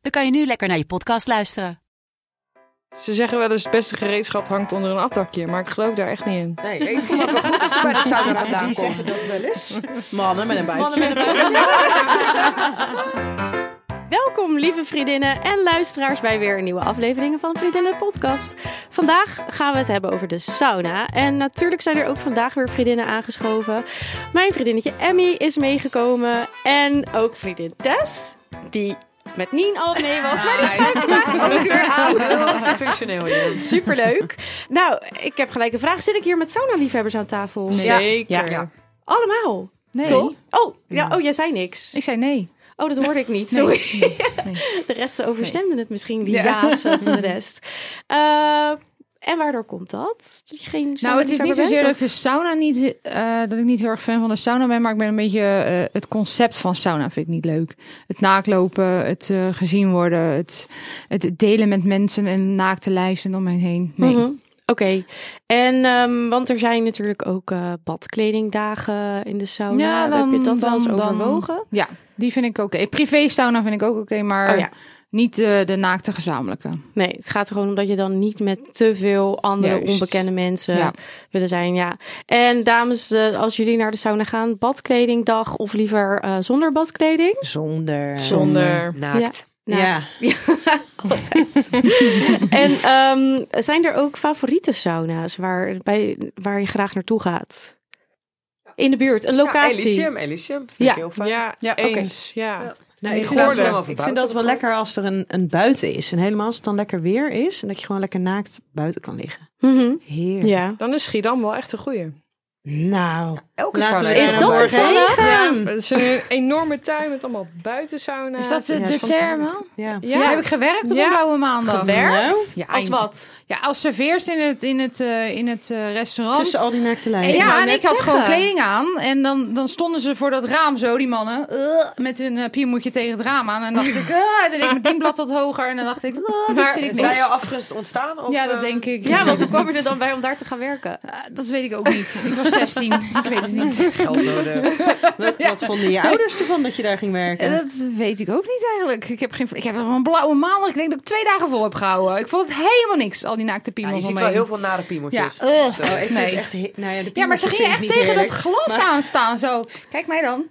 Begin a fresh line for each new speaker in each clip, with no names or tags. dan kan je nu lekker naar je podcast luisteren.
Ze zeggen wel eens het beste gereedschap hangt onder een afdakje, maar ik geloof daar echt niet in.
Nee, ik vond het wel goed dat ze bij de sauna vandaan komen.
Mannen met een buikje.
Welkom, lieve vriendinnen en luisteraars, bij weer een nieuwe aflevering van Vriendinnen Podcast. Vandaag gaan we het hebben over de sauna. En natuurlijk zijn er ook vandaag weer vriendinnen aangeschoven. Mijn vriendinnetje Emmy is meegekomen. En ook vriendin Tess, die met Nien al mee was. Maar die schrijft vandaag ook weer aan.
functioneel hier.
Superleuk. Nou, ik heb gelijk een vraag. Zit ik hier met sauna-liefhebbers aan tafel?
Zeker.
Ja. Ja.
Allemaal.
Nee,
Toch? Oh, ja, oh, jij zei niks.
ik zei nee.
Oh, dat hoorde ik niet.
Nee,
Sorry.
nee.
De rest overstemde het misschien, die
Ja.
jazen van de rest. Eh, en waardoor komt dat? Dat je geen
Nou, het is niet
zozeer
zozeer dat ik de sauna niet, eh, dat ik niet heel erg fan van de sauna ben, maar ik ben een beetje eh, het concept van sauna vind ik niet leuk. Het naaklopen, het eh, gezien worden, het, het delen met mensen en naakte lijsten om hen heen. Nee.
Mhm. Oké. En ehm, want er zijn natuurlijk ook eh, badkledingdagen in de sauna.
Ja, dan-
Heb je dat wel eens
dan- dan-
overwogen?
Ja, die vind ik oké. Privé sauna vind ik ook oké, maar
Oh ja.
niet eh, de naakte gezamenlijke.
Nee, het gaat er gewoon om dat je dan niet met te veel andere
Juist.
onbekende mensen
Ja.
willen zijn. Ja. En dames, eh, als jullie naar de sauna gaan, badkledingdag of liever eh, zonder badkleding?
Zonder. nou,
Zonder.
Naakt.
Naakt. Ja, altijd. en ehm, zijn er ook favoriete sauna's waar, bij, waar je graag naartoe gaat? In de buurt, een
Ja,
locatie.
Elysium, Elysium. Vind
Ja.
ik heel
Ja,
fijn.
ja,
oké.
eens. Ja.
Ja.
Nou,
Ik
ik, vind dat
hoorde.
wel, ik vind dat wel lekker als er een, een buiten is. En helemaal als het dan lekker weer is. En dat je gewoon lekker naakt buiten kan liggen.
Mhm.
Heerlijk.
ja.
Dan is Schiedam wel echt een goeie.
Nou.
Elke
Laten
sauna
we-
heeft
Is
een
dat
bar.
toevallig?
Ja, het is een enorme tuin met allemaal buitensauna's.
Is dat de,
ja,
de
van-
termen?
Ja.
Ja.
Ja, heb ik gewerkt op
Ja.
een blauwe maandag.
Gewerkt?
Ja,
Als wat?
Ja, als serveers in het, in het, eh, in het eh, restaurant.
Tussen al die naakte
En
lijnen.
Ik wou
ja, en
net
ik had
zeggen.
gewoon kleding aan. En dan, dan stonden ze voor dat raam zo, die mannen. eh, met hun eh, piermoetje tegen het raam aan. En dacht ik, eh, dan deed ik mijn dienblad wat hoger. En dan dacht ik, eh, dit
Maar
vind ik
Is daar
niks.
jouw afgunst ontstaan? Of,
Ja, dat
eh,
denk ik.
Ja, want hoe kwam je er dan bij om daar te gaan werken?
Eh, dat weet ik ook niet. Ik was 16. ik weet het niet.
Geld nodig. Wat, wat vonden je ouders ervan dat je daar ging
Eh,
werken?
Dat weet ik ook niet eigenlijk. Ik heb, geen, ik heb een blauwe maandag. Ik denk dat ik twee dagen vol heb gehouden. Ik vond het helemaal niks, al die naakte
Ja,
piemel
je
van
ziet
mij.
wel heel veel nare
Ja,
piemeltjes.
eh,
dus,
Zo, ik vind
nee.
Het is echt he- nou ja, de
Ja, maar ze
piemel
gingen echt
vind ik
tegen
niet
dat
heerlijk.
glas aanstaan. Zo, kijk mij dan.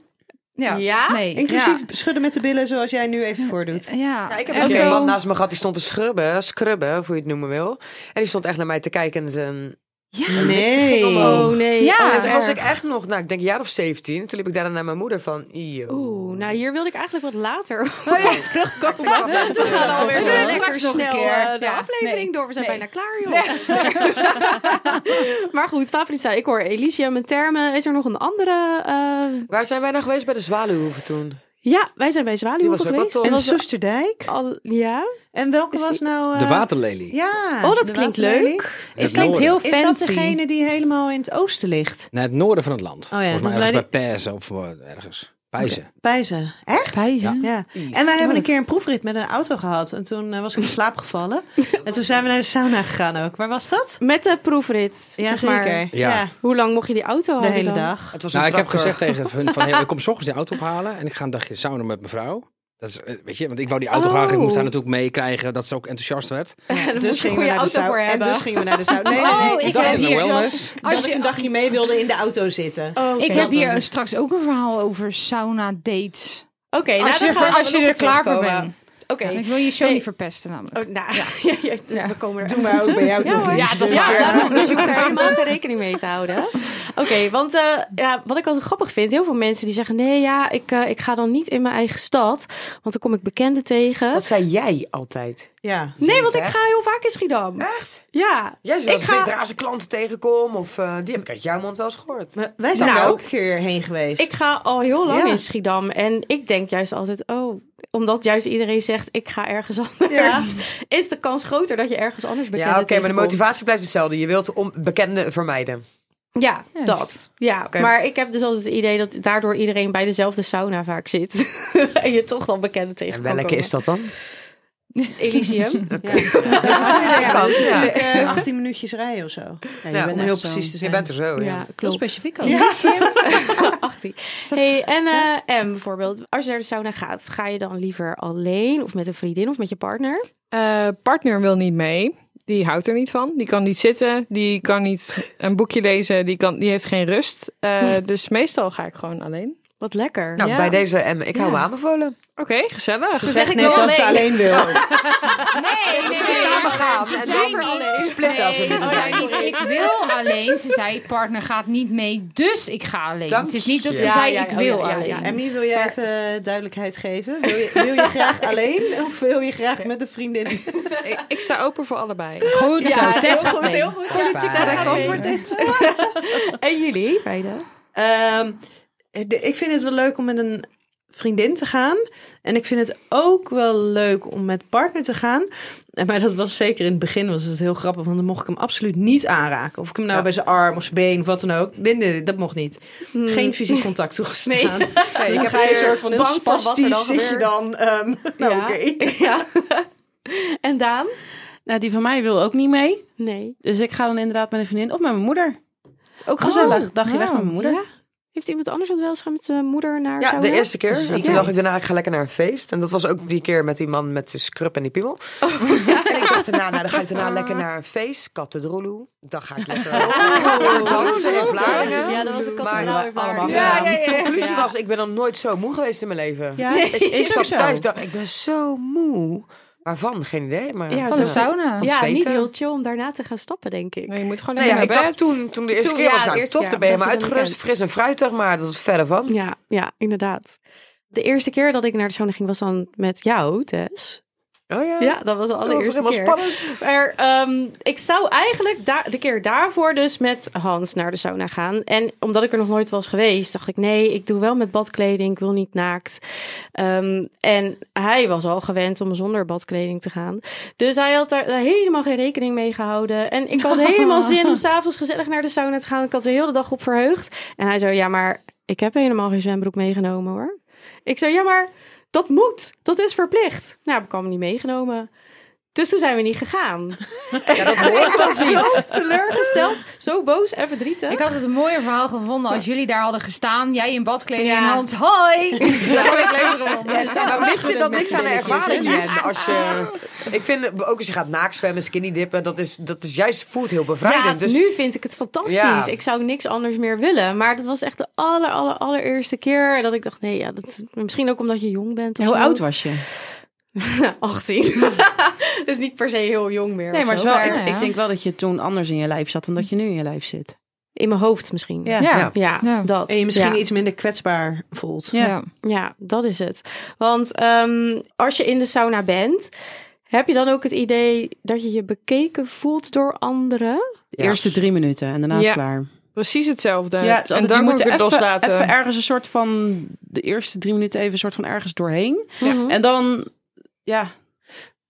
Ja.
Ja?
Nee.
Inclusief schudden met de billen zoals jij nu even voordoet.
Ja. ja.
Ja, ik heb
En
ook
zo-
een man naast me gehad, die stond te schrubben, scrubben, hoe je het noemen wil. En die stond echt naar mij te kijken en zijn...
Ja.
Nee.
Oh nee.
Ja.
Oh,
En
wat
toen was
erg.
ik echt nog, nou, ik denk een jaar of 17. Toen liep ik daarna naar mijn moeder van, yo.
Oeh, nou hier wilde ik eigenlijk wat later
Oh, ja.
op terugkomen. We doen
dat
alweer
toch
zo
wel.
lekker
Straks nog een
snel
keer.
eh, de
Ja,
aflevering
nee.
door. We zijn
Nee.
bijna klaar, joh. maar goed, favoriet zijn. Ik hoor Elysium en Termen. eh, Is er nog een andere? eh,
Waar zijn wij nou geweest bij de Zwaluwhoeven toen?
Ja, wij zijn bij Zwaluw
Die was ook wel
geweest.
tof.
En
was
Soesterdijk.
al... Ja?
En welke
Is die-
was nou... eh,
De waterlelie.
Ja.
Oh, dat
de
klinkt
waterlelie.
leuk.
Het klinkt heel fancy.
Is dat degene die helemaal in het oosten ligt?
Naar het noorden van het land.
Oh
ja,
Volgens
dus
dat
mij
is
ergens
bij
bij Pijzen of eh, ergens. Pijzen.
Pijzen. Echt?
Pijzen?
Ja. En wij hebben een keer een proefrit met een auto gehad. En toen eh, was ik in slaap gevallen. En toen zijn we naar de sauna gegaan ook. Waar was dat?
Met de proefrit.
Ja,
zeg maar.
zeker.
Ja.
Ja,
Hoe lang mocht je die auto
de
houden
hele
dan?
dag.
Het was
Nou,
een
ik heb
tractor.
gezegd tegen hun van, hey, ik kom 's ochtends die auto ophalen en ik ga een dagje sauna met mevrouw. Dat is, eh, weet je, want ik wou die auto
Oh.
graag, ik moest haar natuurlijk meekrijgen, dat ze ook enthousiast werd.
moest je een
dus
goede
gingen we naar de
auto voor
sauna. En
hebben.
dus gingen we naar de sauna. Nee, nee,
Oh,
nee.
ik
was
heb
enthousiast
hier- Wellness.
Als
dat
je-
ik een dagje mee wilde in de auto zitten.
Oh, oké.
Ik heb
Dat was
hier eh,
het.
straks ook een verhaal over sauna dates.
Oké, nou,
als je,
daar gaan
er,
we
als je
nog
er
op
klaar voor
terugkomen.
bent.
Oké.
Ik wil je show
Nee.
niet verpesten namelijk.
Oh, nou, ja. ja,
Ja.
we komen er
Doe maar ook bij jou
Ja, hoor.
toch
Ja,
iets.
dat
Dus,
Ja,
eh,
daarom. Dus je hoeft er helemaal geen rekening mee te houden. Oké, want eh, ja, wat ik altijd grappig vind, heel veel mensen die zeggen: nee, ja, ik, eh, ik ga dan niet in mijn eigen stad, want dan kom ik bekenden tegen.
Dat zei jij altijd.
Ja.
nee, want ik
zeker,
ga heel vaak in Schiedam.
Echt?
Ja,
Jij zei
ik
als ik
ga,
veteraanse klanten tegenkom of eh, die heb ik uit jouw mond wel eens gehoord.
We- Wij zijn
Nou.
daar ook een keer heen geweest.
ik ga al heel lang
Ja.
in Schiedam en ik denk juist altijd: oh, omdat juist iedereen zegt, ik ga ergens anders, is de kans groter dat je ergens anders bekende
Ja, oké, maar de
tegenkomt.
motivatie blijft hetzelfde. Je wilt om bekende vermijden.
Ja,
Juist.
dat. Ja,
Oké.
maar ik heb dus altijd het idee dat daardoor iedereen bij dezelfde sauna vaak zit. en je toch dan bekende
En
tegenkomt.
welke is dat dan?
Elysium.
Ja. Dus het is natuurlijk- ja,
Kan,
dus het is
ja.
natuurlijk, eh, 18 minuutjes rijden of zo. Ja, je
Ja,
bent
om
Nou, heel
echt zo-
precies te
Je
zijn.
bent er zo, ja.
ja,
Heel
klopt.
specifiek al.
Elysium. 18. Hey, en eh, M bijvoorbeeld. Als je naar de sauna gaat, ga je dan liever alleen of met een vriendin of met je partner?
Eh, partner wil niet mee. Die houdt er niet van. Die kan niet zitten. Die kan niet een boekje lezen. Die, kan, die heeft geen rust. Eh, dus meestal ga ik gewoon alleen.
Wat lekker.
Nou,
Ja.
bij deze, em, ik hou me aanbevolen.
Oké, gezellig.
Ze
Dus
zegt net dat ze alleen wil.
Nee, nee, nee.
Samen gaan
Ze
en
zei
dan
niet-
splitten als we
Nee,
binnen
ze
zijn.
zei niet, ik wil alleen. Ze zei, partner gaat niet mee, dus ik ga alleen.
Dank
het is niet dat ze
je.
zei,
Ja, ja,
ik
ja,
wil
ja, ja,
alleen.
ja.
Emmy, wil jij even eh, duidelijkheid geven? Wil je, wil je graag alleen of wil je graag met een vriendin?
Ik, ik sta open voor allebei.
Goed
Ja,
zo,
heel
Tess gaat
goed,
mee.
heel goed.
Fijn.
correct antwoord
dit.
En jullie? Beide?
Ehm, de- ik vind het wel leuk om met een vriendin te gaan. En ik vind het ook wel leuk om met partner te gaan. En- Maar dat was zeker in het begin was het heel grappig. Want dan mocht ik hem absoluut niet aanraken. Of ik hem nou
Ja.
bij zijn arm of zijn been of wat dan ook. Nee, nee, nee, dat mocht niet.
Hmm.
Geen fysiek contact toegestaan. Nee.
Nee,
Ik
ik heb
ga je
hier-
soort van heel
bang van wat er dan
spastisch zit je
gebeurt.
dan. ehm, nou,
Ja.
oké.
Ja. en Daan?
Nou, die van mij wil ook niet mee.
Nee.
Dus ik ga dan inderdaad met een vriendin of met mijn moeder. Ook gezellig.
Oh,
Dagje weg met mijn moeder.
Ja? Heeft iemand anders dat wel eens gaan met zijn moeder naar
Ja,
sauna?
de eerste keer. En
Zeker.
toen dacht ik daarna, ik ga lekker naar een feest. En dat was ook die keer met die man met de scrub en die piemel. Oh. En ik dacht daarna, nou dan ga ik daarna lekker naar een feest. Kattedroeloe. Dan ga ik lekker Oh. dansen in Vlaardingen.
Ja, dat was een
Maar-
kattenvrouw in Vlaardingen.
allemaal
Ja, ja, ja.
Conclusie was, ik ben nog nooit zo moe geweest in mijn leven.
Ja,
Ik, ik
is ook
zat
zo.
thuis dacht, ik ben zo moe. Waarvan? Geen idee. Maar
Ja,
Van de sauna.
Van
Ja,
zweten.
niet heel chill om daarna te gaan stappen, denk ik.
Nee, je moet gewoon
Nou
lekker
ja, ik
naar bed.
dacht toen, toen de eerste
Toen,
keer
ja,
was, nou,
de eerste-
top,
ja,
dan ben je maar
dan heb je
uitgerust,
dan
fris en fruitig, maar dat is verder van.
Ja, ja, inderdaad. De eerste keer dat ik naar de sauna ging was dan met jou, Tess.
Oh ja,
Ja, dat was de
dat was
allereerste
helemaal
keer.
spannend.
Maar ehm, ik zou eigenlijk da- de keer daarvoor dus met Hans naar de sauna gaan. En omdat ik er nog nooit was geweest, dacht ik nee, ik doe wel met badkleding, ik wil niet naakt. Ehm, en hij was al gewend om zonder badkleding te gaan. Dus hij had daar helemaal geen rekening mee gehouden. En ik had helemaal zin om s'avonds gezellig naar de sauna te gaan. Ik had de hele dag op verheugd. En hij zei, ja, maar ik heb helemaal geen zwembroek meegenomen hoor. Ik zei, ja, maar dat moet. Dat is verplicht. Nou, heb ik allemaal niet meegenomen. Dus toen zijn we niet gegaan.
Ja, dat hoort
Ik was zo teleurgesteld, zo boos en verdrietig.
Ik had het een mooier verhaal gevonden als jullie daar hadden gestaan. Jij in badkleding
Ja.
en Hans, hoi! Dat heb ik leuker gevonden.
Maar mis je dan niks aan de ervaring
hè?
Jen, als je, Ik vind ook als je gaat naakzwemmen, skinny dippen, dat is, dat is juist voelt heel bevrijdend.
Ja,
dus
nu vind ik het fantastisch.
Ja.
Ik zou niks anders meer willen. Maar dat was echt de aller, aller, allereerste keer dat ik dacht, nee, ja, dat, misschien ook omdat je jong bent. Of
Hoe
zo.
oud was je?
18. dus niet per se heel jong meer.
Nee,
of
maar,
zo.
het is wel,
maar-
ik,
Ja.
ik denk wel dat je toen anders in je lijf zat dan dat je nu in je lijf zit.
in mijn hoofd misschien.
Ja.
Ja.
Ja,
Ja.
dat.
En je misschien
ja.
iets minder kwetsbaar voelt.
Ja.
Ja.
Ja, dat is het. Want ehm, als je in de sauna bent, heb je dan ook het idee dat je je bekeken voelt door anderen?
De eerste drie minuten en daarna is
Ja.
het klaar.
Precies hetzelfde.
Ja, het is
en
altijd,
dan
je
moet
moet
ik
er
het
even,
loslaten.
even ergens een soort van... De eerste drie minuten even een soort van ergens doorheen.
Hm?
Mhm.
En dan... Ja,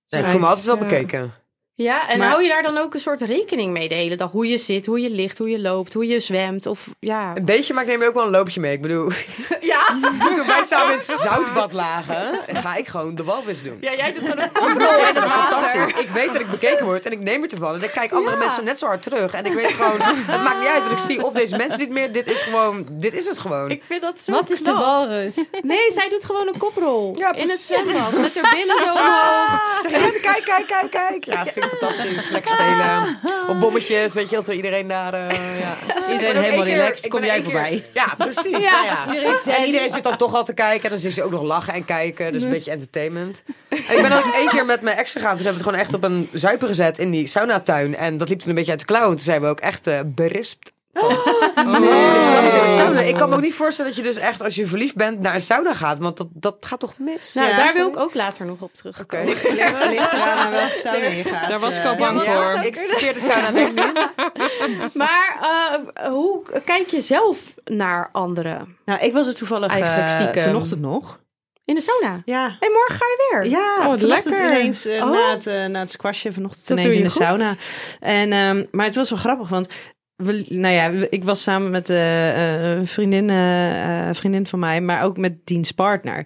Nee, ik voel me altijd wel
Ja.
bekeken.
Ja, en
Maar-
hou je daar dan ook een soort rekening mee de hele dag? Hoe je zit, hoe je ligt, hoe je loopt, hoe je zwemt? Of ja.
Een beetje, maar ik neem er ook wel een loopje mee. Ik bedoel,
Ja,
toen wij samen in het zoutbad lagen, ga ik gewoon de walvis doen. Oh,
ja jij doet gewoon een
Ik
koprol
vind
en
dat
het water.
fantastisch. Ik weet dat ik bekeken word en ik neem het ervan. En ik kijk andere
Ja.
mensen net zo hard terug. En ik weet gewoon, het maakt niet uit wat ik zie. Of deze mensen niet meer. Dit is gewoon, dit is het gewoon.
Ik vind dat zo
Wat is de
knap.
walrus?
Nee, zij doet gewoon een koprol.
Ja,
in het
precies.
zwembad. Met haar billen zo omhoog.
Ik zeg, ja, kijk, kijk, kijk, kijk. Ja, vind ik fantastisch. Lekker spelen. Op bommetjes, weet je, dat we iedereen daar... eh, ja. Ik ben
iedereen
ook
helemaal
één keer-
relaxed.
ik
Kom
ben
jij
één keer-
voorbij.
Ja, precies.
Ja,
Ja, ja.
iedereen
En iedereen zit dan toch al te kijken. En dan zit ze ook nog lachen en kijken. Dus een beetje entertainment. En ik ben ook één keer met mijn ex gegaan. Toen hebben we het gewoon echt op een zuipen gezet in die saunatuin. En dat liep toen een beetje uit de klauwen. Toen zijn we ook echt eh, berispt.
Oh.
Nee, dus ik kan niet in de sauna. Ik kan me ook niet voorstellen dat je dus echt als je verliefd bent naar een sauna gaat. Want dat, dat gaat toch mis?
Nou,
Ja,
daar wil
sorry.
ik ook later nog op terugkomen.
Ligt, ligt eraan aan welke sauna je gaat.
Daar was ik
eh,
al bang
ja,
voor.
dat
Ik verkeerde sauna denk ik nu.
Maar eh, hoe kijk je zelf naar anderen?
Nou, ik was er toevallig
Eigenlijk
eh,
stiekem.
vanochtend nog.
In de sauna.
Ja.
En morgen ga je weer.
Ja,
wat
vanochtend
lekker.
ineens eh,
Oh.
na, het, eh, na het squashje, vanochtend
Dat
ineens
doe
in
je
de
goed.
sauna. En, ehm, maar het was wel grappig, want we, nou ja, we- ik was samen met eh, eh, een vriendin, eh, eh, vriendin van mij, maar ook met diens partner.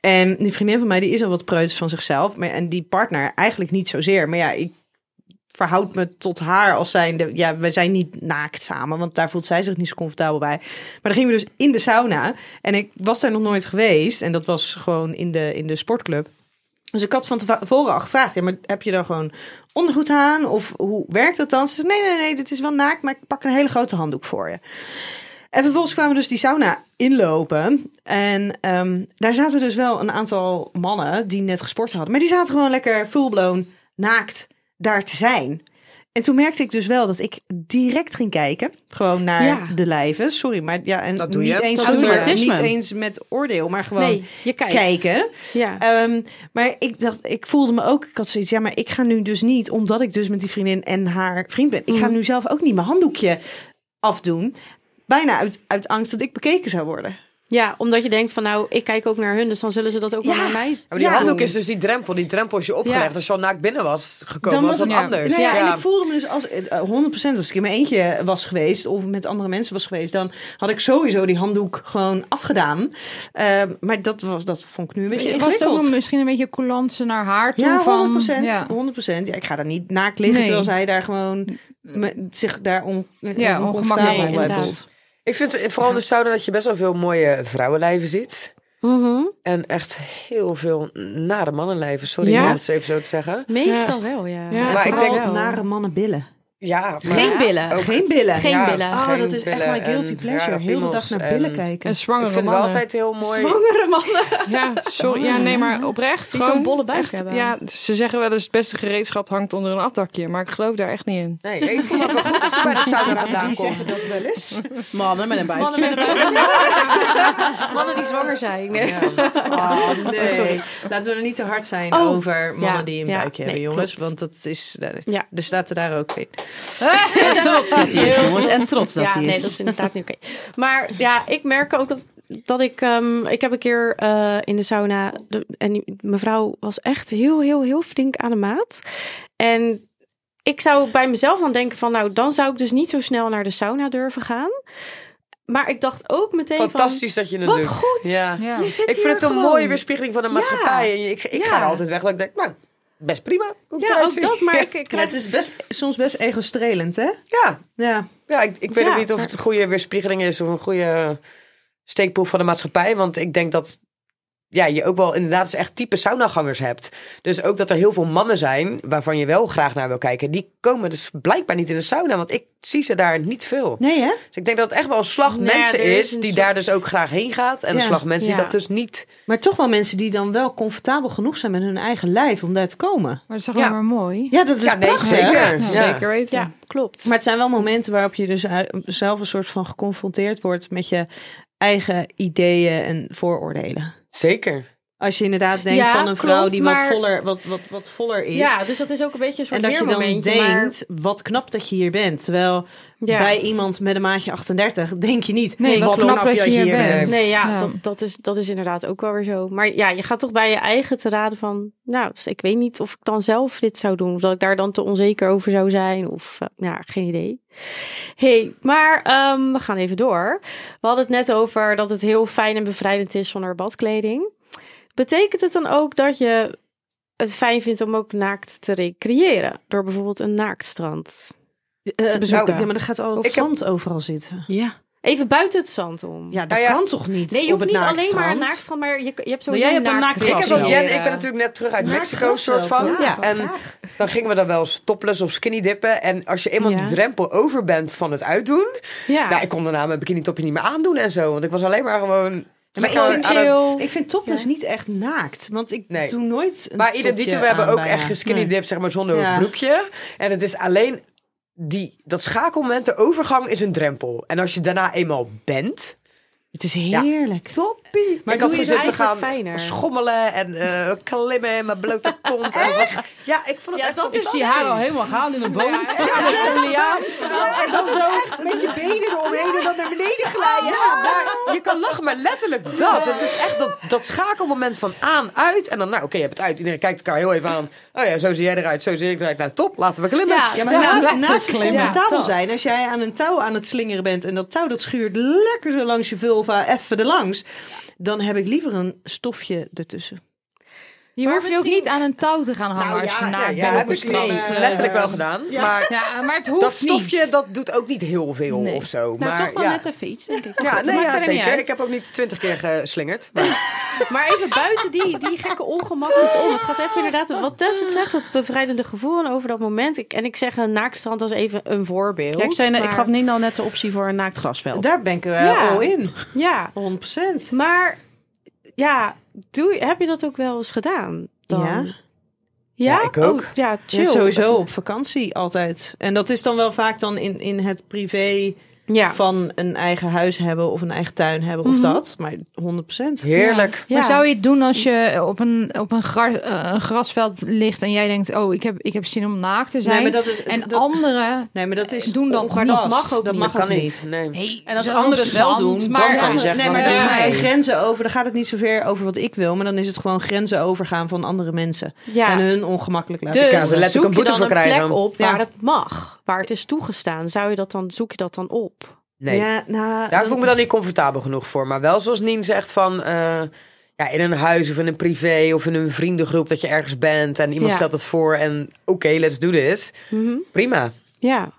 En die vriendin van mij die is al wat preuts van zichzelf. Maar, en die partner eigenlijk niet zozeer. Maar ja, ik verhoud me tot haar als zijnde... Ja, wij zijn niet naakt samen, want daar voelt zij zich niet zo comfortabel bij. Maar dan gingen we dus in de sauna. En ik was daar nog nooit geweest. En dat was gewoon in de, in de sportclub. Dus ik had van tevoren al gevraagd, ja, maar heb je daar gewoon ondergoed aan? Of hoe werkt dat dan? Ze zei, nee, nee, nee, dit is wel naakt, maar ik pak een hele grote handdoek voor je. En vervolgens kwamen we dus die sauna inlopen. En ehm, daar zaten dus wel een aantal mannen die net gesport hadden. Maar die zaten gewoon lekker fullblown naakt daar te zijn. En toen merkte ik dus wel dat ik direct ging kijken. Gewoon naar
Ja.
de lijven. Sorry, maar ja, en
Dat doe
niet
je.
eens
Dat doe je.
zonder-
Automatisme.
niet eens met oordeel, maar gewoon
Nee, je kijkt.
kijken.
Ja.
Ehm, maar ik dacht, ik voelde me ook, ik had zoiets, ja, maar ik ga nu dus niet, omdat ik dus met die vriendin en haar vriend ben, ik ga
Mhm.
nu zelf ook niet mijn handdoekje afdoen. Bijna uit, uit angst dat ik bekeken zou worden.
ja, omdat je denkt van nou, ik kijk ook naar hun, dus dan zullen ze dat ook wel
Ja.
naar mij.
Maar die
Ja.
handdoek is dus die drempel. Die drempel is je opgelegd.
Ja.
Als je al naakt binnen was gekomen,
Dan was
was dat
het- ja.
anders.
Nou ja,
Ja.
En ik voelde me dus als eh, 100% als ik in mijn eentje was geweest of met andere mensen was geweest, dan had ik sowieso die handdoek gewoon afgedaan. Ehm, maar dat, was, dat vond ik nu een beetje
Het was
ingewikkeld.
ook wel misschien een beetje coulance naar haar toe.
Ja, 100%.
van,
100%. Ja, ik ga daar niet naakt liggen
Nee.
terwijl zij daar gewoon me- zich daar on, eh,
Ja,
on-
ongemakkelijk.
oncomfortabel bij
inderdaad.
voelt.
Ik vind eh, vooral in de sauna dat je best wel veel mooie vrouwenlijven ziet.
Mhm.
En echt heel veel nare mannenlijven. Sorry
Ja.
om het zo even zo te zeggen.
Meestal wel, ja.
Ja.
Maar
Maar
ik
ik denk
wel.
nare mannen billen.
Ja, maar
Geen billen.
ook-
Geen billen.
Geen
ja,
billen.
Oh,
geen
dat is echt
billen
mijn guilty
en
pleasure.
rare
Heel de dag
piemels
naar billen
en-
kijken.
En zwangere
Ik vind het wel
mannen.
altijd heel mooi.
Zwangere mannen.
Ja, sorry. Ja, nee, maar oprecht.
Die zo'n
gewoon
bolle buik
echt,
hebben.
Ja, ze zeggen wel eens het beste gereedschap hangt onder een afdakje. Maar ik geloof daar echt niet in.
Nee, ik voel me ook wel goed als ik bij de sauna vandaan
Die
kom.
zeggen dat wel eens.
Mannen met een buik.
Mannen met een Mannen die zwanger zijn. Nee.
Oh, nee. Laten we er niet te hard zijn
Oh.
over mannen
Ja,
die een
ja,
buikje
nee,
hebben, jongens.
klopt.
Want dat is... daar-
Ja.
Dus laten we daar ook in.
En trots dat hij is,
Heel
jongens. En trots dat
ja,
hij
nee,
is.
dat is inderdaad niet oké. Maar ja, ik merk ook dat, dat ik... ehm, ik heb een keer eh, in de sauna... de- en die- mevrouw was echt heel, heel, heel flink aan de maat. En ik zou bij mezelf dan denken van... Nou, dan zou ik dus niet zo snel naar de sauna durven gaan. Maar ik dacht ook meteen
Fantastisch dat je het
Wat
doet.
goed.
Ja.
Ja.
van... je zit
Ik
hier
vind het een
gewoon.
mooie weerspiegeling van de maatschappij. En ik ik
Ja.
ga er altijd weg dat ik denk, nou, best prima. hoe ik
Ja,
eruit
ook
zie.
dat. Maar ik, ik
Ja,
krijg...
het is best, soms best ego-strelend, hè?
Ja,
Ja.
Ja, ik, ik weet
Ja,
ook niet of
maar-
het een goede weerspiegeling is of een goede steekproef van de maatschappij. Want ik denk dat ja, je ook wel inderdaad eens echt type saunagangers hebt. Dus ook dat er heel veel mannen zijn waarvan je wel graag naar wil kijken. Die komen dus blijkbaar niet in de sauna, want ik zie ze daar niet veel.
Nee, hè?
Dus ik denk dat het echt wel een slag
Nou ja,
mensen
er is
is
een
die
soort-
daar dus ook graag heen gaat. En een
Ja,
slag mensen
ja.
die dat dus niet...
Maar toch wel mensen die dan wel comfortabel genoeg zijn met hun eigen lijf om daar te komen.
Maar dat is toch
Ja.
wel weer mooi.
Ja, dat is
Ja, nee,
prachtig.
zeker. Ja.
Zeker weten.
Ja, klopt.
Maar het zijn wel momenten waarop je dus ui- zelf een soort van geconfronteerd wordt met je eigen ideeën en vooroordelen.
Zeker.
Als je inderdaad denkt
Ja,
van een vrouw
klopt,
die wat
maar-
voller, wat, wat, wat voller is.
Ja, dus dat is ook een beetje een soort
en dat je dan
leermomentje, maar-
denkt, wat knap dat je hier bent. Terwijl
Ja.
bij iemand met een maatje 38 denk je niet,
Nee,
wat
wat knap dat je hier bent.
Nee, ja,
Ja.
Dat, dat, is, dat is inderdaad ook wel weer zo. Maar ja, je gaat toch bij je eigen te raden van... Nou, ik weet niet of ik dan zelf dit zou doen. Of dat ik daar dan te onzeker over zou zijn. Of, eh, ja, geen idee. hey, maar ehm, we gaan even door. We hadden het net over dat het heel fijn en bevrijdend is zonder badkleding. Betekent het dan ook dat je het fijn vindt om ook naakt te recreëren? Door bijvoorbeeld een naaktstrand.
Eh,
te bezoeken.
nou, ja, maar er gaat al het
Ik heb-
zand overal zitten.
Ja.
Even buiten het zand om.
Ja, dat
Nou ja.
kan toch niet
Nee, je hoeft
op
niet
het
alleen maar een
naaktstrand?
naaktstrand, maar je, je hebt
Maar
sowieso
jij hebt een
naakt-
naaktgras
Ik, heb dat,
wel.
Jen, ik ben natuurlijk net terug uit Mexico, soort van.
Ja.
en dan gingen we dan wel eens topless of skinny dippen. En als je eenmaal
Ja.
die drempel over bent van het uitdoen...
Ja.
Nou, ik kon daarna mijn bikini topje niet meer aandoen en zo. Want ik was alleen maar gewoon.
Ja, maar ik
gewoon
vind,
aan het-
chill.
ik vind topless niet echt naakt. Want ik
Nee.
doe nooit een
Maar ieder
topje
dito, we hebben
aan
ook
bijna.
echt geskinny dip, zeg maar, zonder
Ja.
broekje. En het is alleen die, dat schakelmoment, de overgang is een drempel. En als je daarna eenmaal bent,
Het is
Ja.
heerlijk.
Toppie.
Maar
ik had
doe je
gezin
het
te gaan
eigenlijk fijner?
schommelen en eh, klimmen en mijn blote kont. En het was- ja, ik vond het echt
Ik zie haar al helemaal gaan in een boom.
Ja, met zo'n liaan. En dan zo met je benen eromheen en dan naar beneden glijden. Ja, maar je kan lachen, maar letterlijk dat. Het is echt dat, dat schakelmoment van aan, uit. En dan, nou oké, je hebt het uit. Iedereen kijkt elkaar heel even aan. Oh ja, zo zie jij eruit, zo zie ik eruit. Nou, top, laten we klimmen.
Ja.
Ja, maar na- naast het comfortabel zijn, als jij aan een touw aan het slingeren bent en dat touw dat schuurt lekker zo langs je vulva, even erlangs, dan heb ik liever een stofje ertussen.
Je hoeft
dus
je ook niet aan een touw te gaan hangen nou, als je naakt
ja,
bent op
heb
een
ik
strand.
eh,
eh.
letterlijk wel gedaan. Maar
Ja, maar het hoeft
dat stofje,
niet.
dat doet ook niet heel veel
Nee.
of zo.
Nou,
maar
toch wel
ja.
net even iets, denk ik.
Ja,
Dat
nee,
maakt
ja
verder niet
zeker.
uit.
Ik heb ook niet twintig keer geslingerd. Maar
Maar even buiten die, die gekke ongemakjes om. Het gaat echt inderdaad, wat Tess het zegt, dat bevrijdende gevoel en over dat moment. Ik, en ik zeg een naaktstrand als even een voorbeeld.
Ja, ik, zei, net- ik
maar-
gaf Nina al net de optie voor een naakt grasveld.
Daar ben ik wel
Ja.
al in.
Ja,
100%.
maar ja, doe, je- heb je dat ook wel eens gedaan? Dan?
Ja.
Ja,
ik ook.
Oh, ja, chill.
Ja, sowieso
Dat-
op vakantie altijd. En dat is dan wel vaak dan in, in het privé
Ja.
van een eigen huis hebben of een eigen tuin hebben of dat. Maar 100%.
heerlijk.
ja.
Maar zou je het doen als je op een, op een, gra- eh, een grasveld ligt en jij denkt, oh, ik heb, ik heb zin om naakt te zijn.
Nee, maar dat is,
en
dat,
anderen,
nee, maar dat is
doen dat
ongepast.
niet. Mag ook
dat
niet.
Mag
Dat
ook niet.
Nee.
nee,
En als
dat
anderen
is
het wel
opzand,
doen,
maar,
dan kan je
Ja.
zeggen,
Nee, maar
Nee.
dan ga je
Nee.
grenzen over. Dan gaat het niet zover over wat ik wil. Maar dan is het gewoon grenzen overgaan van andere mensen.
Ja.
En hun ongemakkelijk laten
kan
Dus
ze letterlijk
zoek
een
je
boete
dan
voor
een
krijgen.
plek op waar
Ja.
het mag, waar het is toegestaan. Zou je dat dan, zoek je dat dan op?
nee.
Ja, nou,
Daar
dan-
voel ik me dan niet comfortabel genoeg voor. Maar wel zoals Nien zegt van... eh, ja, in een huis of in een privé of in een vriendengroep dat je ergens bent en iemand
Ja.
stelt het voor en oké, let's do this.
Mhm.
Prima.
Ja.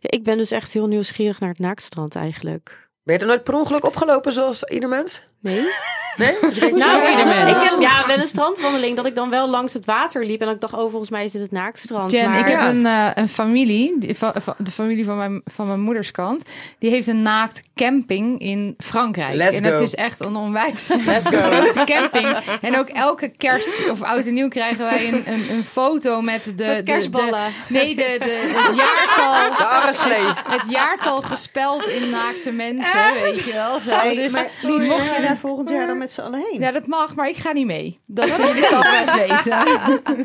Ja, Ik ben dus echt heel nieuwsgierig naar het naaktstrand eigenlijk.
Ben je er nooit per ongeluk opgelopen zoals ieder mens?
Nee?
Nee? Dat je denkt,
Nou,
ieder mens.
Ik heb ja, wel een strandwandeling dat ik dan wel langs het water liep. En dat ik dacht, oh, volgens mij is dit het naaktstrand.
Jen,
maar...
ik heb
Ja.
een, eh, een familie, die va- va- de familie van mijn, van mijn moeders kant, die heeft een naakt camping in Frankrijk.
Let's
en dat
go.
is echt een onwijs
Let's go.
grote camping. En ook elke kerst of oud en nieuw krijgen wij een, een, een foto met de... de-
Met kerstballen.
de- nee, de, de, het jaartal.
De arreslee.
Het jaartal gespeld in naakte mensen, weet je wel. Zo.
Hey,
Dus,
maar Lies, mocht je daar volgend jaar dan met z'n allen heen?
ja, dat mag, maar ik ga niet mee. Dat wil ik al eens weten.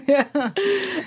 Ja.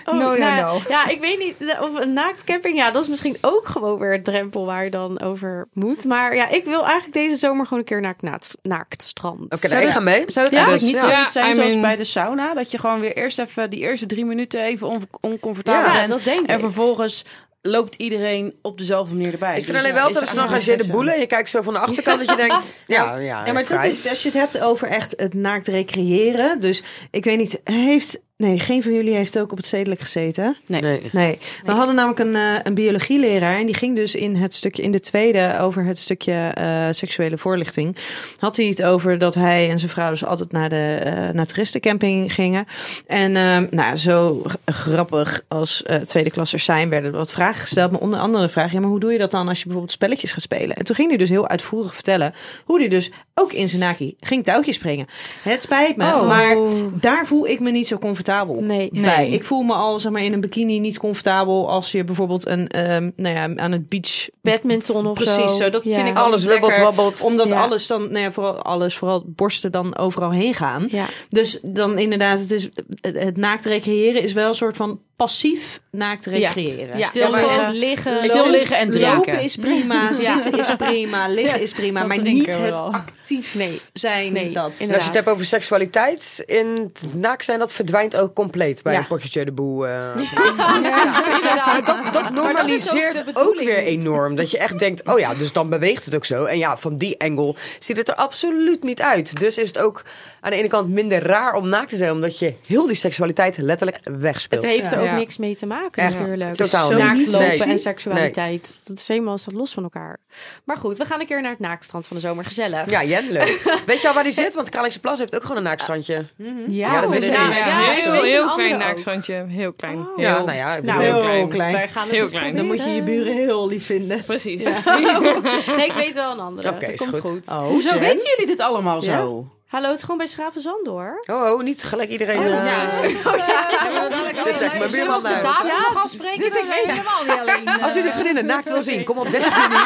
Oh,
no, no,
nou,
no.
Ja, ik weet niet of een naaktcamping. Ja, dat is misschien ook gewoon weer een drempel waar je dan over moet. Maar ja, ik wil eigenlijk deze zomer gewoon een keer naar het naakt, naaktstrand.
Oké, nou, ik ga mee.
Zou dat
Ja,
eigenlijk
dus-
niet
ja.
zoiets zijn
Ja, I
zoals
mean-
bij de sauna? Dat je gewoon weer eerst even die eerste drie minuten even on- oncomfortabel
Ja,
bent.
dat denk
En
ik.
vervolgens loopt iedereen op dezelfde manier erbij.
Ik vind
Dus
alleen
ja,
wel
is
dat
er
is nog als
eigenlijk
je
niks
de
aan.
boelen en je kijkt zo van de achterkant dat je denkt... Ja, ja,
Ja, Nou, maar dat
vrij.
is, als je het hebt over echt het naakt recreëren. Dus ik weet niet, heeft... Nee, geen van jullie heeft ook op het stedelijk gezeten.
Nee.
Nee, we hadden namelijk een, eh, een biologieleraar en die ging dus in het stukje in de tweede over het stukje eh, seksuele voorlichting. Had hij het over dat hij en zijn vrouw dus altijd naar de eh naar toeristencamping gingen. En ehm, nou, zo g- grappig als eh, tweede klassers zijn, werden er wat vragen gesteld. Maar onder andere de vraag: ja, maar hoe doe je dat dan als je bijvoorbeeld spelletjes gaat spelen? En toen ging hij dus heel uitvoerig vertellen hoe hij dus ook in zijn naki ging touwtjes springen. Het spijt me,
Oh.
maar daar voel ik me niet zo comfortabel
Nee.
Nee.
bij. Ik voel me al zeg maar, in een bikini niet comfortabel als je bijvoorbeeld een, ehm, nou ja, aan het beach.
Badminton of zo.
Precies, zo. Oh, dat
Ja.
vind ik
Alles
altijd
wibbelt,
lekker,
wabbelt.
Omdat
Ja.
alles dan, nou ja, vooral alles, vooral borsten dan overal heen gaan.
Ja.
Dus dan inderdaad, het, is, het naakt recreëren is wel een soort van passief naakt recreëren.
Ja,
Stil
dus
liggen.
gewoon
eh,
liggen.
Stil
Lopen-
liggen en drinken.
Lopen is prima,
Ja.
zitten is prima, liggen is prima,
dat
Nou, maar
drinken
niet
we
het
wel.
actief
Nee.
zijn
Nee,
dat.
En als je het
Inderdaad.
hebt over seksualiteit, in het naakt zijn, dat verdwijnt ook compleet bij
Ja.
een potje de boe. eh,
Inderdaad.
dat, dat
ook de
normaliseert ook,
bedoeling.
weer enorm. Dat je echt denkt, oh ja, dus dan beweegt het ook zo. En ja, van die angle ziet het er absoluut niet uit. Dus is het ook aan de ene kant minder raar om naakt te zijn... omdat je heel die seksualiteit letterlijk
Het
wegspeelt.
heeft er ook
Ja.
niks mee te maken
Echt,
natuurlijk.
totaal niet.
Naaktlopen
Nee.
en seksualiteit. Dat is helemaal staat los van elkaar. Maar goed, we gaan een keer naar het naaktstrand van de zomer. Gezellig.
Ja, Jen, leuk. Weet je al waar die zit? Want Kralingse Plas heeft ook gewoon een naaktstrandje.
Ja,
Ja, dat weet ik
inderdaad.
niet.
Ja.
Ja, ze
heel,
weten een
heel
andere
klein
ook.
naakstrandje. Heel klein.
Oh.
Ja,
Heel,
nou ja, ik
Nou,
bedoel-
heel klein.
Wij gaan het
Heel
eens
klein.
Dan moet je je buren heel lief vinden.
Precies.
proberen. nee, ik weet wel een andere.
Oké,
Dat
is
komt
goed.
goed.
Oh.
Hoezo weten jullie dit allemaal
Ja.
zo?
Hallo, het is gewoon bij Schravenzand hoor.
Oh, oh, niet gelijk iedereen...
nou,
eh,
Hebben we dadelijk
Zit
zin?
echt mijn
Zullen we op de
buurman
datum nog afspreken? Dus ik weet helemaal niet alleen.
Als u de vriendinnen naakt wil zien, kom op 30 juni.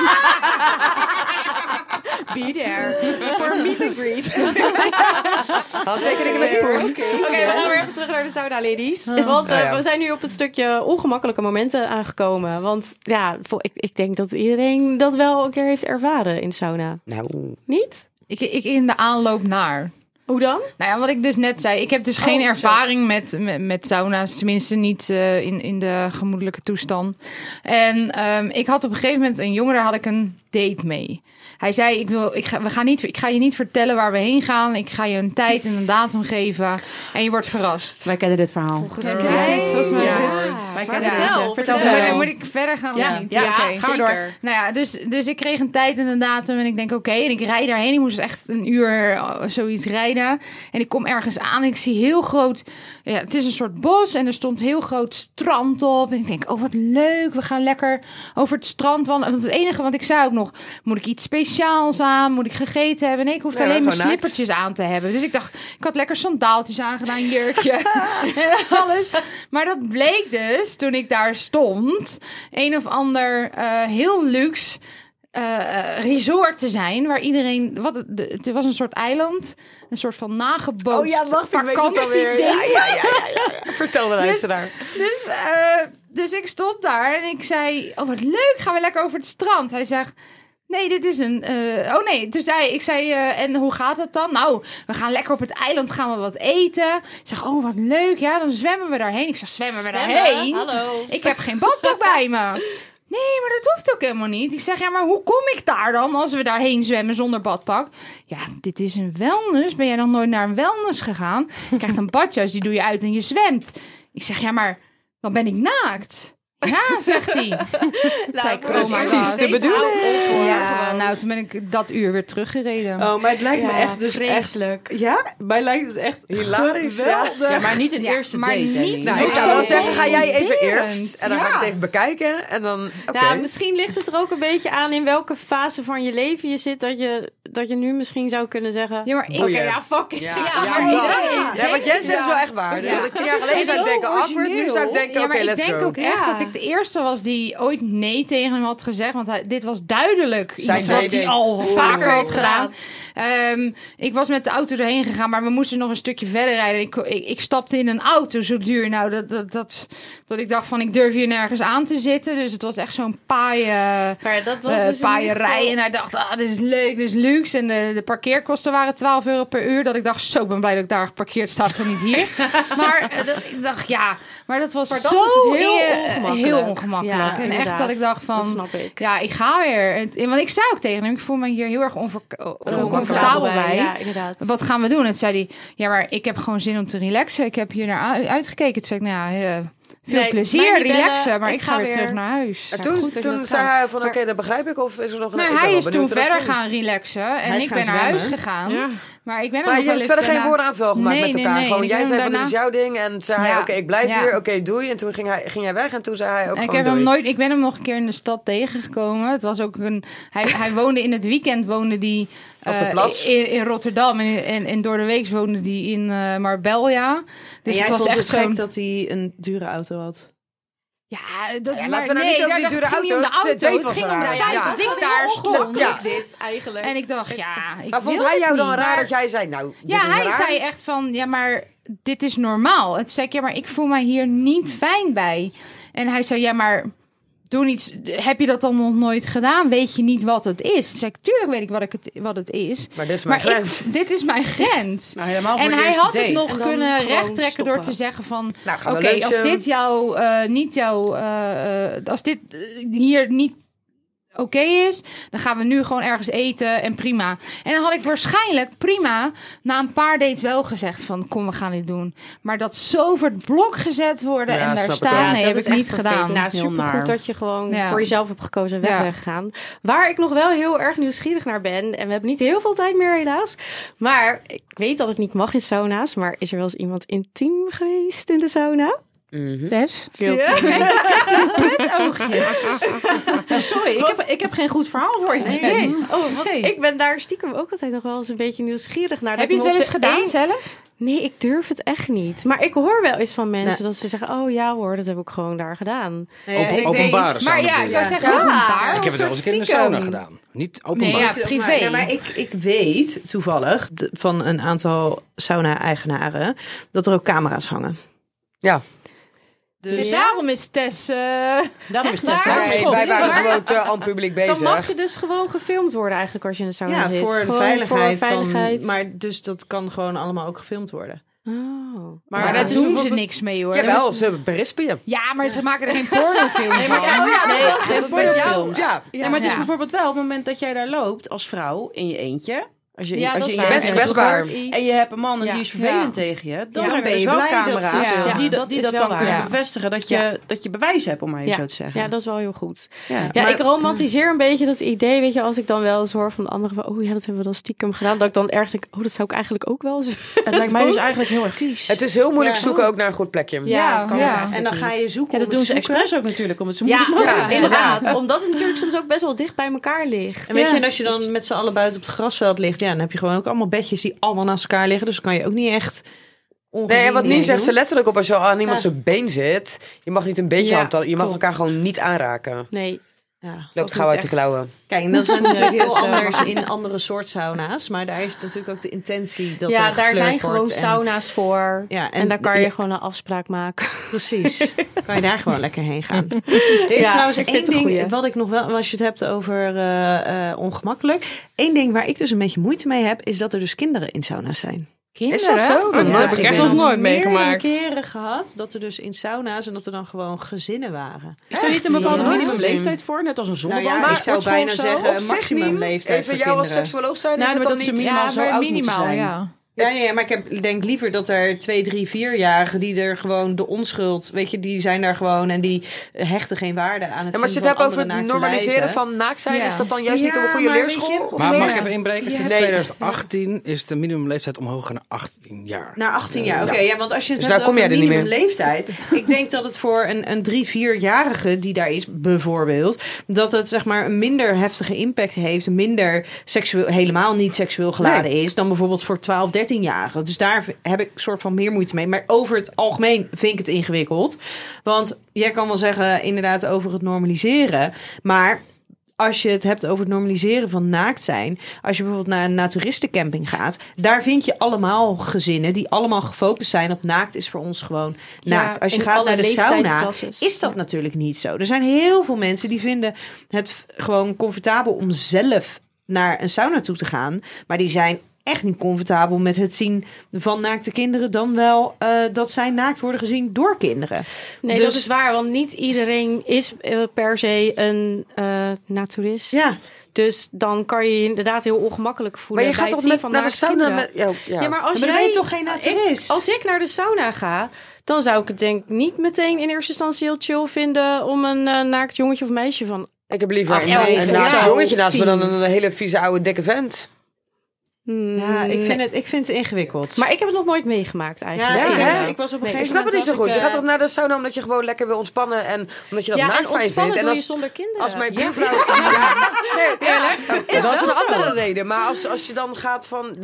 be there for meet and greet. Oké,
Handtekeningen met poen.
we gaan weer even terug naar de sauna ladies.
Oh.
Want
Nou
eh,
ja.
we zijn nu op het stukje ongemakkelijke momenten aangekomen. Want ja, vol- ik, ik denk dat iedereen dat wel een keer heeft ervaren in de sauna.
Nou,
Niet?
Ik, ik in de aanloop naar.
Hoe dan?
Nou ja, wat ik dus net zei. Ik heb dus geen ervaring met, met, met sauna's. Tenminste niet eh, in, in de gemoedelijke toestand. En ehm, ik had op een gegeven moment een jongere had ik een date mee. Hij zei, ik, wil, ik, ga, we gaan niet, ik ga je niet vertellen waar we heen gaan. Ik ga je een tijd en een datum geven. En je wordt verrast.
Wij kennen dit verhaal.
Volgens mij. Volgens mij is dit-
Wij
Ja.
kennen deze.
Vertel,
Vertel.
Moet ik-
vertel.
Moet ik verder gaan? of
Ja,
niet?
ja,
Oké.
gaan we door.
Nou ja, dus, dus ik kreeg een tijd en een datum en ik denk oké. en ik rijd daarheen. Ik moest dus echt een uur eh, zoiets rijden. En ik kom ergens aan en ik zie heel groot... Ja, het is een soort bos en er stond heel groot strand op. En ik denk, oh wat leuk, we gaan lekker over het strand wandelen. Want het enige, want ik zei ook nog, moet ik iets speciaals aan? Moet ik gegeten hebben? Nee, ik hoefde
Nee,
alleen mijn
gewoon naakt.
slippertjes aan te hebben. Dus ik dacht, ik had lekker sandaaltjes aangedaan, een jurkje en alles. Maar dat bleek dus, toen ik daar stond, een of ander eh, heel luxe eh, eh, resort te zijn. Waar iedereen, wat, het- de- het was een soort eiland, een soort van nagebootst
Oh ja, wacht, ik weet het alweer.
vakantieding.
vertel de luisteraar.
Dus, eh, dus ik stond daar en ik zei: Oh, wat leuk, gaan we lekker over het strand? Hij zegt. Nee, dit is een. eh, oh nee, toen zei ik zei eh, en hoe gaat dat dan? Nou, we gaan lekker op het eiland, gaan we wat eten. Ik zeg, oh wat leuk, ja, dan zwemmen we daarheen. Ik zeg, zwemmen we daarheen?
Hallo.
Ik heb geen badpak bij me. Nee, maar dat hoeft ook helemaal niet. Ik zeg, ja, maar hoe kom ik daar dan als we daarheen zwemmen zonder badpak? Ja, dit is een wellness. Ben jij nog nooit naar een wellness gegaan? Je krijgt een badjas, die doe je uit en je zwemt. Ik zeg, ja, maar dan ben ik naakt. Ja, zegt hij. Zei ik, oh my
Nou, Precies
god.
de bedoeling.
Ja, nou, toen ben ik dat uur weer teruggereden.
Oh, maar het lijkt me echt dus echt...
Vreselijk.
Ja, mij lijkt het echt
Hilarisch, ja.
geweldig.
Ja, maar niet een
Ja,
eerste
maar
date.
niet-
Ellie.
Nou,
Nou, ik
Oh,
zou
zo
wel zeggen, ga jij even
irriterend.
eerst. En dan ga ik het even bekijken. En dan, oké.
Nou, misschien ligt het er ook een beetje aan in welke fase van je leven je zit. Dat je, dat je nu misschien zou kunnen zeggen.
Ja, maar ik...
Oké,
boeien.
ja, fuck it.
Ja, maar
dat.
iedereen
Ja, wat jij zegt is
Ja.
wel echt waar.
Ja.
Dat ik tien jaar geleden zou ik denken, awkward. Nu zou ik denken,
ja,
oké,
maar ik
let's
denk
go.
ook echt
Ja.
dat ik de eerste was die ooit nee tegen hem had gezegd. Want hij, dit was duidelijk
Zijn
iets wat hij
nee-date.
al
Oeh.
vaker had
Ja.
gedaan. Ehm, ik was met de auto erheen gegaan, maar we moesten nog een stukje verder rijden. Ik, ik, ik stapte in een auto zo duur. Nou, dat, dat, dat, dat ik dacht van, ik durf hier nergens aan te zitten. Dus het was echt zo'n paai... eh,
Maar dat was
eh
dus in ieder geval-
paaierij. En hij dacht, ah, dit is leuk, dit is luxe. En de, de parkeerkosten waren 12 euro per uur. Dat ik dacht, zo, ik ben blij dat ik daar geparkeerd sta en niet hier. maar eh, dat, ik dacht, ja, maar dat was
Maar dat
zo
was dus heel
eer-
ongemakkelijk.
heel ongemakkelijk.
Ja,
en echt
inderdaad.
dat ik dacht van,
Dat snap ik.
ja, ik ga weer. En- Want ik zei ook tegen hem, ik voel me hier heel erg onver- eh, oncomfortabel bij.
Ja, inderdaad.
Wat gaan we doen? En toen zei hij, ja, maar ik heb gewoon zin om te relaxen. Ik heb hier naar u- uitgekeken. Toen zei ik, nou ja, eh, veel
Nee, mij
plezier,
niet
relaxen.
bellen.
maar
Ik
ik ga,
ga
weer terug
weer-
naar huis.
En
Ja,
toen,
goed dat je
toen
dat
zei
vraagt.
hij van, oké,
Maar-
dat begrijp ik. Of is er nog een...
Nou,
ik ben
hij
wel
is toen
benieuwd hoe dat
verder
ging.
gaan relaxen en
Hij is
ik
gaan
ben naar huis
zwemmen.
gegaan.
Ja.
Maar ik ben er
Maar
nog
je
wel
hebt
eens
verder geen
daarna-
woordenaanval gemaakt
Nee,
met
nee,
elkaar.
nee.
Gewoon,
Ik
jij
ben
zei van,
daarna-
dit is jouw ding. En zei hij,
Ja.
oké, ik blijf
Ja.
hier. Oké, doei. En toen ging, hij, ging jij weg. En toen zei hij ook
Ik
gewoon
heb hem
doei.
nooit. Ik ben hem nog een keer in de stad tegengekomen. Het was ook een. Hij, hij woonde in het weekend woonde die
Op de
eh,
plas.
in, in Rotterdam en, en, en door de week woonde die in eh, Marbella. Dus
en jij
het was
vond
echt
het
zo'n.
gek dat hij een dure auto had.
Ja, dat,
Ja,
maar
laten we nou
nee,
niet over
ja,
die
dat
dure
ging niet om de
auto. Ze-
auto.
date
Het
was
ging om
raar.
het
Ja,
feit
ja.
dat ik daar stond.
Ja.
dit eigenlijk?
En ik dacht, ja, ik
Maar vond
wil
hij
het
jou dan
niet.
raar dat jij zei, nou, dit
Ja,
is
hij
raar?
zei echt van, ja, maar dit is normaal. Het zei ik, ja, maar ik voel mij hier niet fijn bij. En hij zei, ja, maar doe iets. Heb je dat dan nog nooit gedaan? Weet je niet wat het is? Toen zei ik, tuurlijk weet ik wat, ik het, wat het is.
Maar dit is mijn
Maar ik,
grens.
dit is mijn grens.
Nou, helemaal voor
En
de
hij
eerste
had het
date.
nog
dan
kunnen
gewoon
rechttrekken door
stoppen.
te zeggen van...
Nou, gaan
Oké,
we lunchen.
als dit jou eh, niet jou... eh, eh, als dit eh, hier niet oké is, dan gaan we nu gewoon ergens eten en prima. En dan had ik waarschijnlijk prima na een paar dates wel gezegd van... Kom, we gaan dit doen. Maar dat zo voor het blok gezet worden
Ja,
en daar
snap ik
staan,
wel. Ja,
nee, heb ik niet gedaan.
Nou,
Heel
supergoed
naar.
dat je gewoon
Ja.
voor jezelf hebt gekozen en weg
Ja.
bent gegaan. Waar ik nog wel heel erg nieuwsgierig naar ben. En we hebben niet heel veel tijd meer helaas. Maar ik weet dat het niet mag in sauna's. Maar is er wel eens iemand intiem geweest in de sauna?
Tess?
Ja.
Sorry, ik heb, ik heb geen goed verhaal voor je.
Nee.
Jen.
Oh, want
Hey.
ik ben daar stiekem ook altijd nog wel eens een beetje nieuwsgierig naar.
Heb
Dat
je het
me
wel
op
eens
de
gedaan
een-
zelf?
Nee, ik durf het echt niet. Maar ik hoor wel eens van mensen dat ze zeggen... oh ja hoor, dat heb ik gewoon daar gedaan.
Nee,
Open- openbaar.
Maar
sauna
ja,
bedoel
ik
je?
wou zeggen,
Ja.
openbaar.
Ik heb het wel eens een keer in de
Stiekem.
sauna gedaan. Niet openbaar.
Nee, ja, privé.
Nou, maar ik, ik weet toevallig d- van een aantal sauna-eigenaren dat er ook camera's hangen.
Ja.
Dus daarom is Tess... eh,
Daarom is
Tess daar.
Wij, dus wij waren gewoon te aan publiek bezig.
Dan mag je dus gewoon gefilmd worden eigenlijk als je in de sauna
Ja,
zit.
voor de
Gewoon
veiligheid.
Voor veiligheid.
Van, maar dus dat kan gewoon allemaal ook gefilmd worden.
Oh.
maar
maar
daar
dat is
doen ze
bijvoorbeeld-
niks mee hoor.
Jawel, ze berispen je.
Ja, maar ze maken er geen pornofilm van.
Oh,
nee, dat is met jou.
Ja,
Nee, maar het
Ja.
is bijvoorbeeld wel op het moment dat jij daar loopt als vrouw in je eentje. Als je,
Ja,
als
dat
je
is
in
waar.
je
bent
eentje
En het
kwetsbaar.
loopt En je hebt een man en
Ja.
die is vervelend
Ja.
tegen je. Dan
Ja.
zijn er
Ben je
dus wel
blij dat ze-
camera's
Ja.
die dat,
Dat
die
is
dat
wel
dan
waar.
kunnen
Ja.
bevestigen. Dat je, dat je bewijs hebt, om maar even
Ja.
zo te zeggen.
Ja, dat is wel heel goed.
Ja.
Ja,
Maar-
ik romantiseer een beetje dat idee, weet je, als ik dan wel eens hoor van de anderen van, oh ja, dat hebben we dan stiekem gedaan, dat ik dan ergens denk, oh, dat zou ik eigenlijk ook wel eens.
Het lijkt mij dus eigenlijk heel erg vies.
Het is heel moeilijk
Ja.
zoeken ook naar een goed plekje.
Ja,
dat kan
ja.
ook eigenlijk
En dan
niet.
ga je zoeken.
ja, dat
om
doen
het
ze
zoeken.
expres ook natuurlijk, omdat ze
Ja,
moeilijk maken.
ja, inderdaad. Omdat het natuurlijk soms ook best wel dicht bij elkaar ligt.
En weet je, en als je dan met z'n allen buiten op het grasveld ligt, ja, dan heb je gewoon ook allemaal bedjes die allemaal naast elkaar liggen. Dus dan kan je ook niet echt. ongezien
Nee, en wat
dingen
niet zegt ze
doen.
letterlijk op als je al aan iemand
Ja.
zijn been zit. Je mag niet een beetje
Ja,
hand, je mag
klopt.
elkaar gewoon niet aanraken.
Nee,
Ja.
Loopt
niet
gauw uit de
echt.
klauwen.
Kijk, en dat is natuurlijk heel
is, eh,
anders in andere soort sauna's, maar daar is het natuurlijk ook de intentie dat
ja,
er
daar
geflirt
zijn
wordt
gewoon
en-
sauna's voor.
Ja,
En, daar kan je
ja,
gewoon een afspraak maken.
Precies. kan je daar gewoon lekker heen gaan. Er is
Ja,
trouwens
ik vind
één
het een
ding
goeie.
wat ik nog wel, als je het hebt over eh, eh, ongemakkelijk. Eén ding waar ik dus een beetje moeite mee heb, is dat er dus kinderen in sauna's zijn.
Kinderen?
Is dat zo?
Oh, dat
nooit
heb ik echt
gezien.
nog nooit
Meerdere
meegemaakt.
keren gehad dat er dus in sauna's en dat er dan gewoon gezinnen waren.
Is er niet een bepaalde
Ja.
minimumleeftijd voor? Net als een
Nou
zonneband.
ja,
Maar
ik zou
sportschool
bijna
of zo?
zeggen
Op zich niet.
maximumleeftijd
Even
voor
jou als
kinderen.
seksuoloog zijn,
Nou,
is het
maar
dan
dat ze
niet...
minimaal
Ja,
zo
maar
oud moeten
minimaal,
zijn.
ja.
Ja, ja, ja, maar ik heb, denk liever dat er twee, drie, vierjarigen die er gewoon de onschuld, weet je, die zijn daar gewoon en die hechten geen waarde aan het
Ja, maar als je
zien
het hebt
van
over het
andere naakte
normaliseren
lijken.
van naakt zijn,
Ja.
is dat dan juist niet
Ja,
een goede
maar weet
leerschool?
je-
Of
Maar mag
leer-
ik even inbreken? Sinds
Nee.
2018 is de minimumleeftijd omhoog gaan naar 18 jaar.
Naar 18 jaar, oké. ja. want als je het
Eh, Dus
hebt
daar kom
over
jij er niet meer.
minimumleeftijd. ik denk dat het voor een, een drie, vierjarige die daar is, bijvoorbeeld... dat het zeg maar een minder heftige impact heeft... minder seksueel, helemaal niet seksueel geladen is... dan bijvoorbeeld voor 12, 13-jarigen. Dus daar heb ik soort van meer moeite mee. Maar over het algemeen vind ik het ingewikkeld. Want jij kan wel zeggen inderdaad over het normaliseren... maar... Als je het hebt over het normaliseren van naakt zijn. Als je bijvoorbeeld naar een naturistencamping gaat. Daar vind je allemaal gezinnen die allemaal gefocust zijn op naakt is voor ons gewoon naakt. Nou, Als je
in
gaat
alle
naar de sauna
leeftijdsklassen.
is dat
Ja.
natuurlijk niet zo. Er zijn heel veel mensen die vinden het f- gewoon comfortabel om zelf naar een sauna toe te gaan. Maar die zijn echt niet comfortabel met het zien van naakte kinderen. Dan wel eh, dat zij naakt worden gezien door kinderen.
Nee,
Dus-
dat is waar, want niet iedereen is eh, per se een eh naturist.
Ja.
Dus dan kan je je inderdaad heel ongemakkelijk
Maar
voelen.
je
bij
gaat
het
toch
zien
met,
van
naar de
naakte
sauna
kinderen.
met... Ja, ja.
Ja, maar als
Maar dan
jij,
ben je toch geen
ik-
naturist?
als ik naar de sauna ga, dan zou ik het denk ik niet meteen in eerste instantie heel chill vinden om een eh, naakt jongetje of meisje van.
Ik heb liever
Ach,
een,
elf
een
of
naakt
zo,
jongetje naast me
tien.
dan een hele vieze oude dikke vent.
Hmm,
Ja, ik
nee.
vind het, ik vind het ingewikkeld.
Maar ik heb het nog nooit meegemaakt
ja,
eigenlijk.
ik,
hè?
ik was op een gegeven moment...
Ik snap het niet zo
was ik,
goed. Je
eh,
gaat toch naar de sauna omdat je gewoon lekker wil ontspannen en omdat je dat
Ja, en
naakt fijn
ontspannen
vindt. En
doe je
als,
zonder kinderen.
als mijn buurvrouw... Ja, nee, ja, dat is een andere reden. Maar als, als je dan gaat van...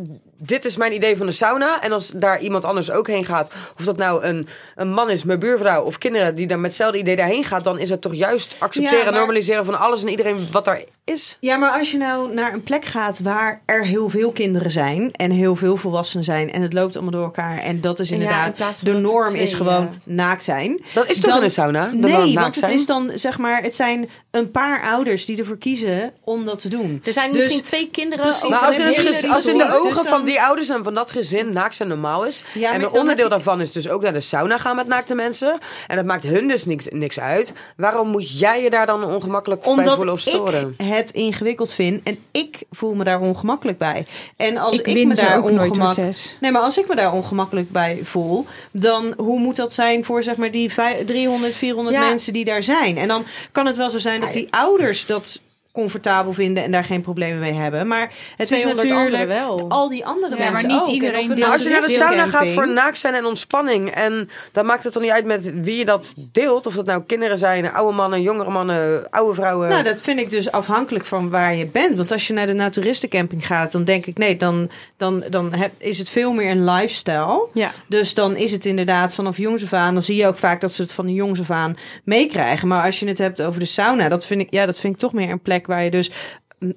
Dit is mijn idee van de sauna. En als daar iemand anders ook heen gaat... Of dat nou een, een man is, mijn buurvrouw of kinderen... die dan met hetzelfde idee daarheen gaat... dan is het toch juist accepteren
Ja, maar-
en normaliseren van alles en iedereen wat daar is.
Ja, maar als je nou naar een plek gaat waar er heel veel kinderen zijn en heel veel volwassenen zijn en het loopt allemaal door elkaar en dat is
Ja, in
inderdaad
plaats van
de
dat er
norm
twee,
is gewoon
ja.
naakt zijn.
Dat is toch
Dan-
in een sauna? Dan wel
Nee,
naakt
want het
zijn?
is dan zeg maar, het zijn een paar ouders die ervoor kiezen om dat te doen.
Er zijn
Dus-
misschien twee kinderen.
Precies,
over
Maar
dan
als
heb
in, het
je
hele
gez- als in de
resources,
resort.
ogen
dus
van
dan-
die ouders en van dat gezin naakt zijn normaal is.
Ja, maar
en een
dan
onderdeel
heb je-
daarvan is dus ook naar de sauna gaan met naakte mensen. En dat maakt hun dus niks, niks uit. Waarom moet jij je daar dan ongemakkelijk bij voelen of
Omdat
storen?
ik het ingewikkeld vind en ik voel me daar ongemakkelijk bij. En als
Ik
ik,
win
me
ze
daar
ook nooit door,
ongemak-
Tess.
Nee, maar als ik me daar ongemakkelijk bij voel, dan hoe moet dat zijn voor zeg maar die vij- 300, 400
Ja.
mensen die daar zijn? En dan kan het wel zo zijn dat die ouders dat comfortabel vinden en daar geen problemen mee hebben. Maar het is
200
natuurlijk
anderen wel.
al die andere
Ja, maar
mensen
niet
ook. En
iedereen
op een
deelt
Maar als je naar de sauna gaat
natuurcamping-
voor nou, naakt zijn en ontspanning. En dan maakt het toch niet uit met wie je dat deelt. Of dat nou kinderen zijn, oude mannen, jongere mannen, oude vrouwen.
Nou, dat vind ik dus afhankelijk van waar je bent. Want als je naar de naturistencamping gaat, dan denk ik nee, dan, dan, dan heb, is het veel meer een lifestyle.
Ja.
Dus dan is het inderdaad vanaf jongs af aan. Dan zie je ook vaak dat ze het van de jongs af aan meekrijgen. Maar als je het hebt over de sauna, dat vind ik, ja, dat vind ik toch meer een plek waar je dus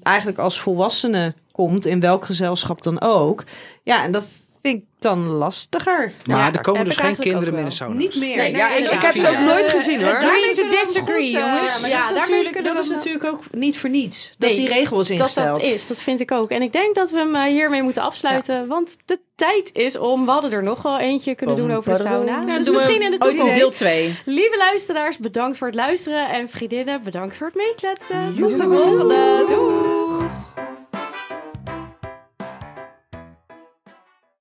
eigenlijk als volwassene komt, in welk gezelschap dan ook. Ja, en dat vind ik dan lastiger.
Maar
Ja,
er komen
heb
dus
ik
geen
eigenlijk ook
kinderen meer in
wel.
de sauna.
Niet meer.
Nee,
ja,
nee,
ik,
nee,
ik heb ze ook
nee.
nooit gezien hoor.
Daar
Ja,
is to disagree, jongens.
eh,
Ja,
maar dat is,
daarmee
natuurlijk,
kunnen
dat
we
is
dan-
natuurlijk ook niet voor niets dat
Nee,
die regel is
dat
ingesteld.
dat is. Dat vind ik ook. En ik denk dat we hem eh, hiermee moeten afsluiten. Want de tijd is om. We hadden er nog wel eentje kunnen doen over de sauna. dus misschien in de
ook
toekomst.
deel 2.
Lieve luisteraars, bedankt voor het luisteren. En vriendinnen, bedankt voor het meekletsen. Tot de volgende. Doei.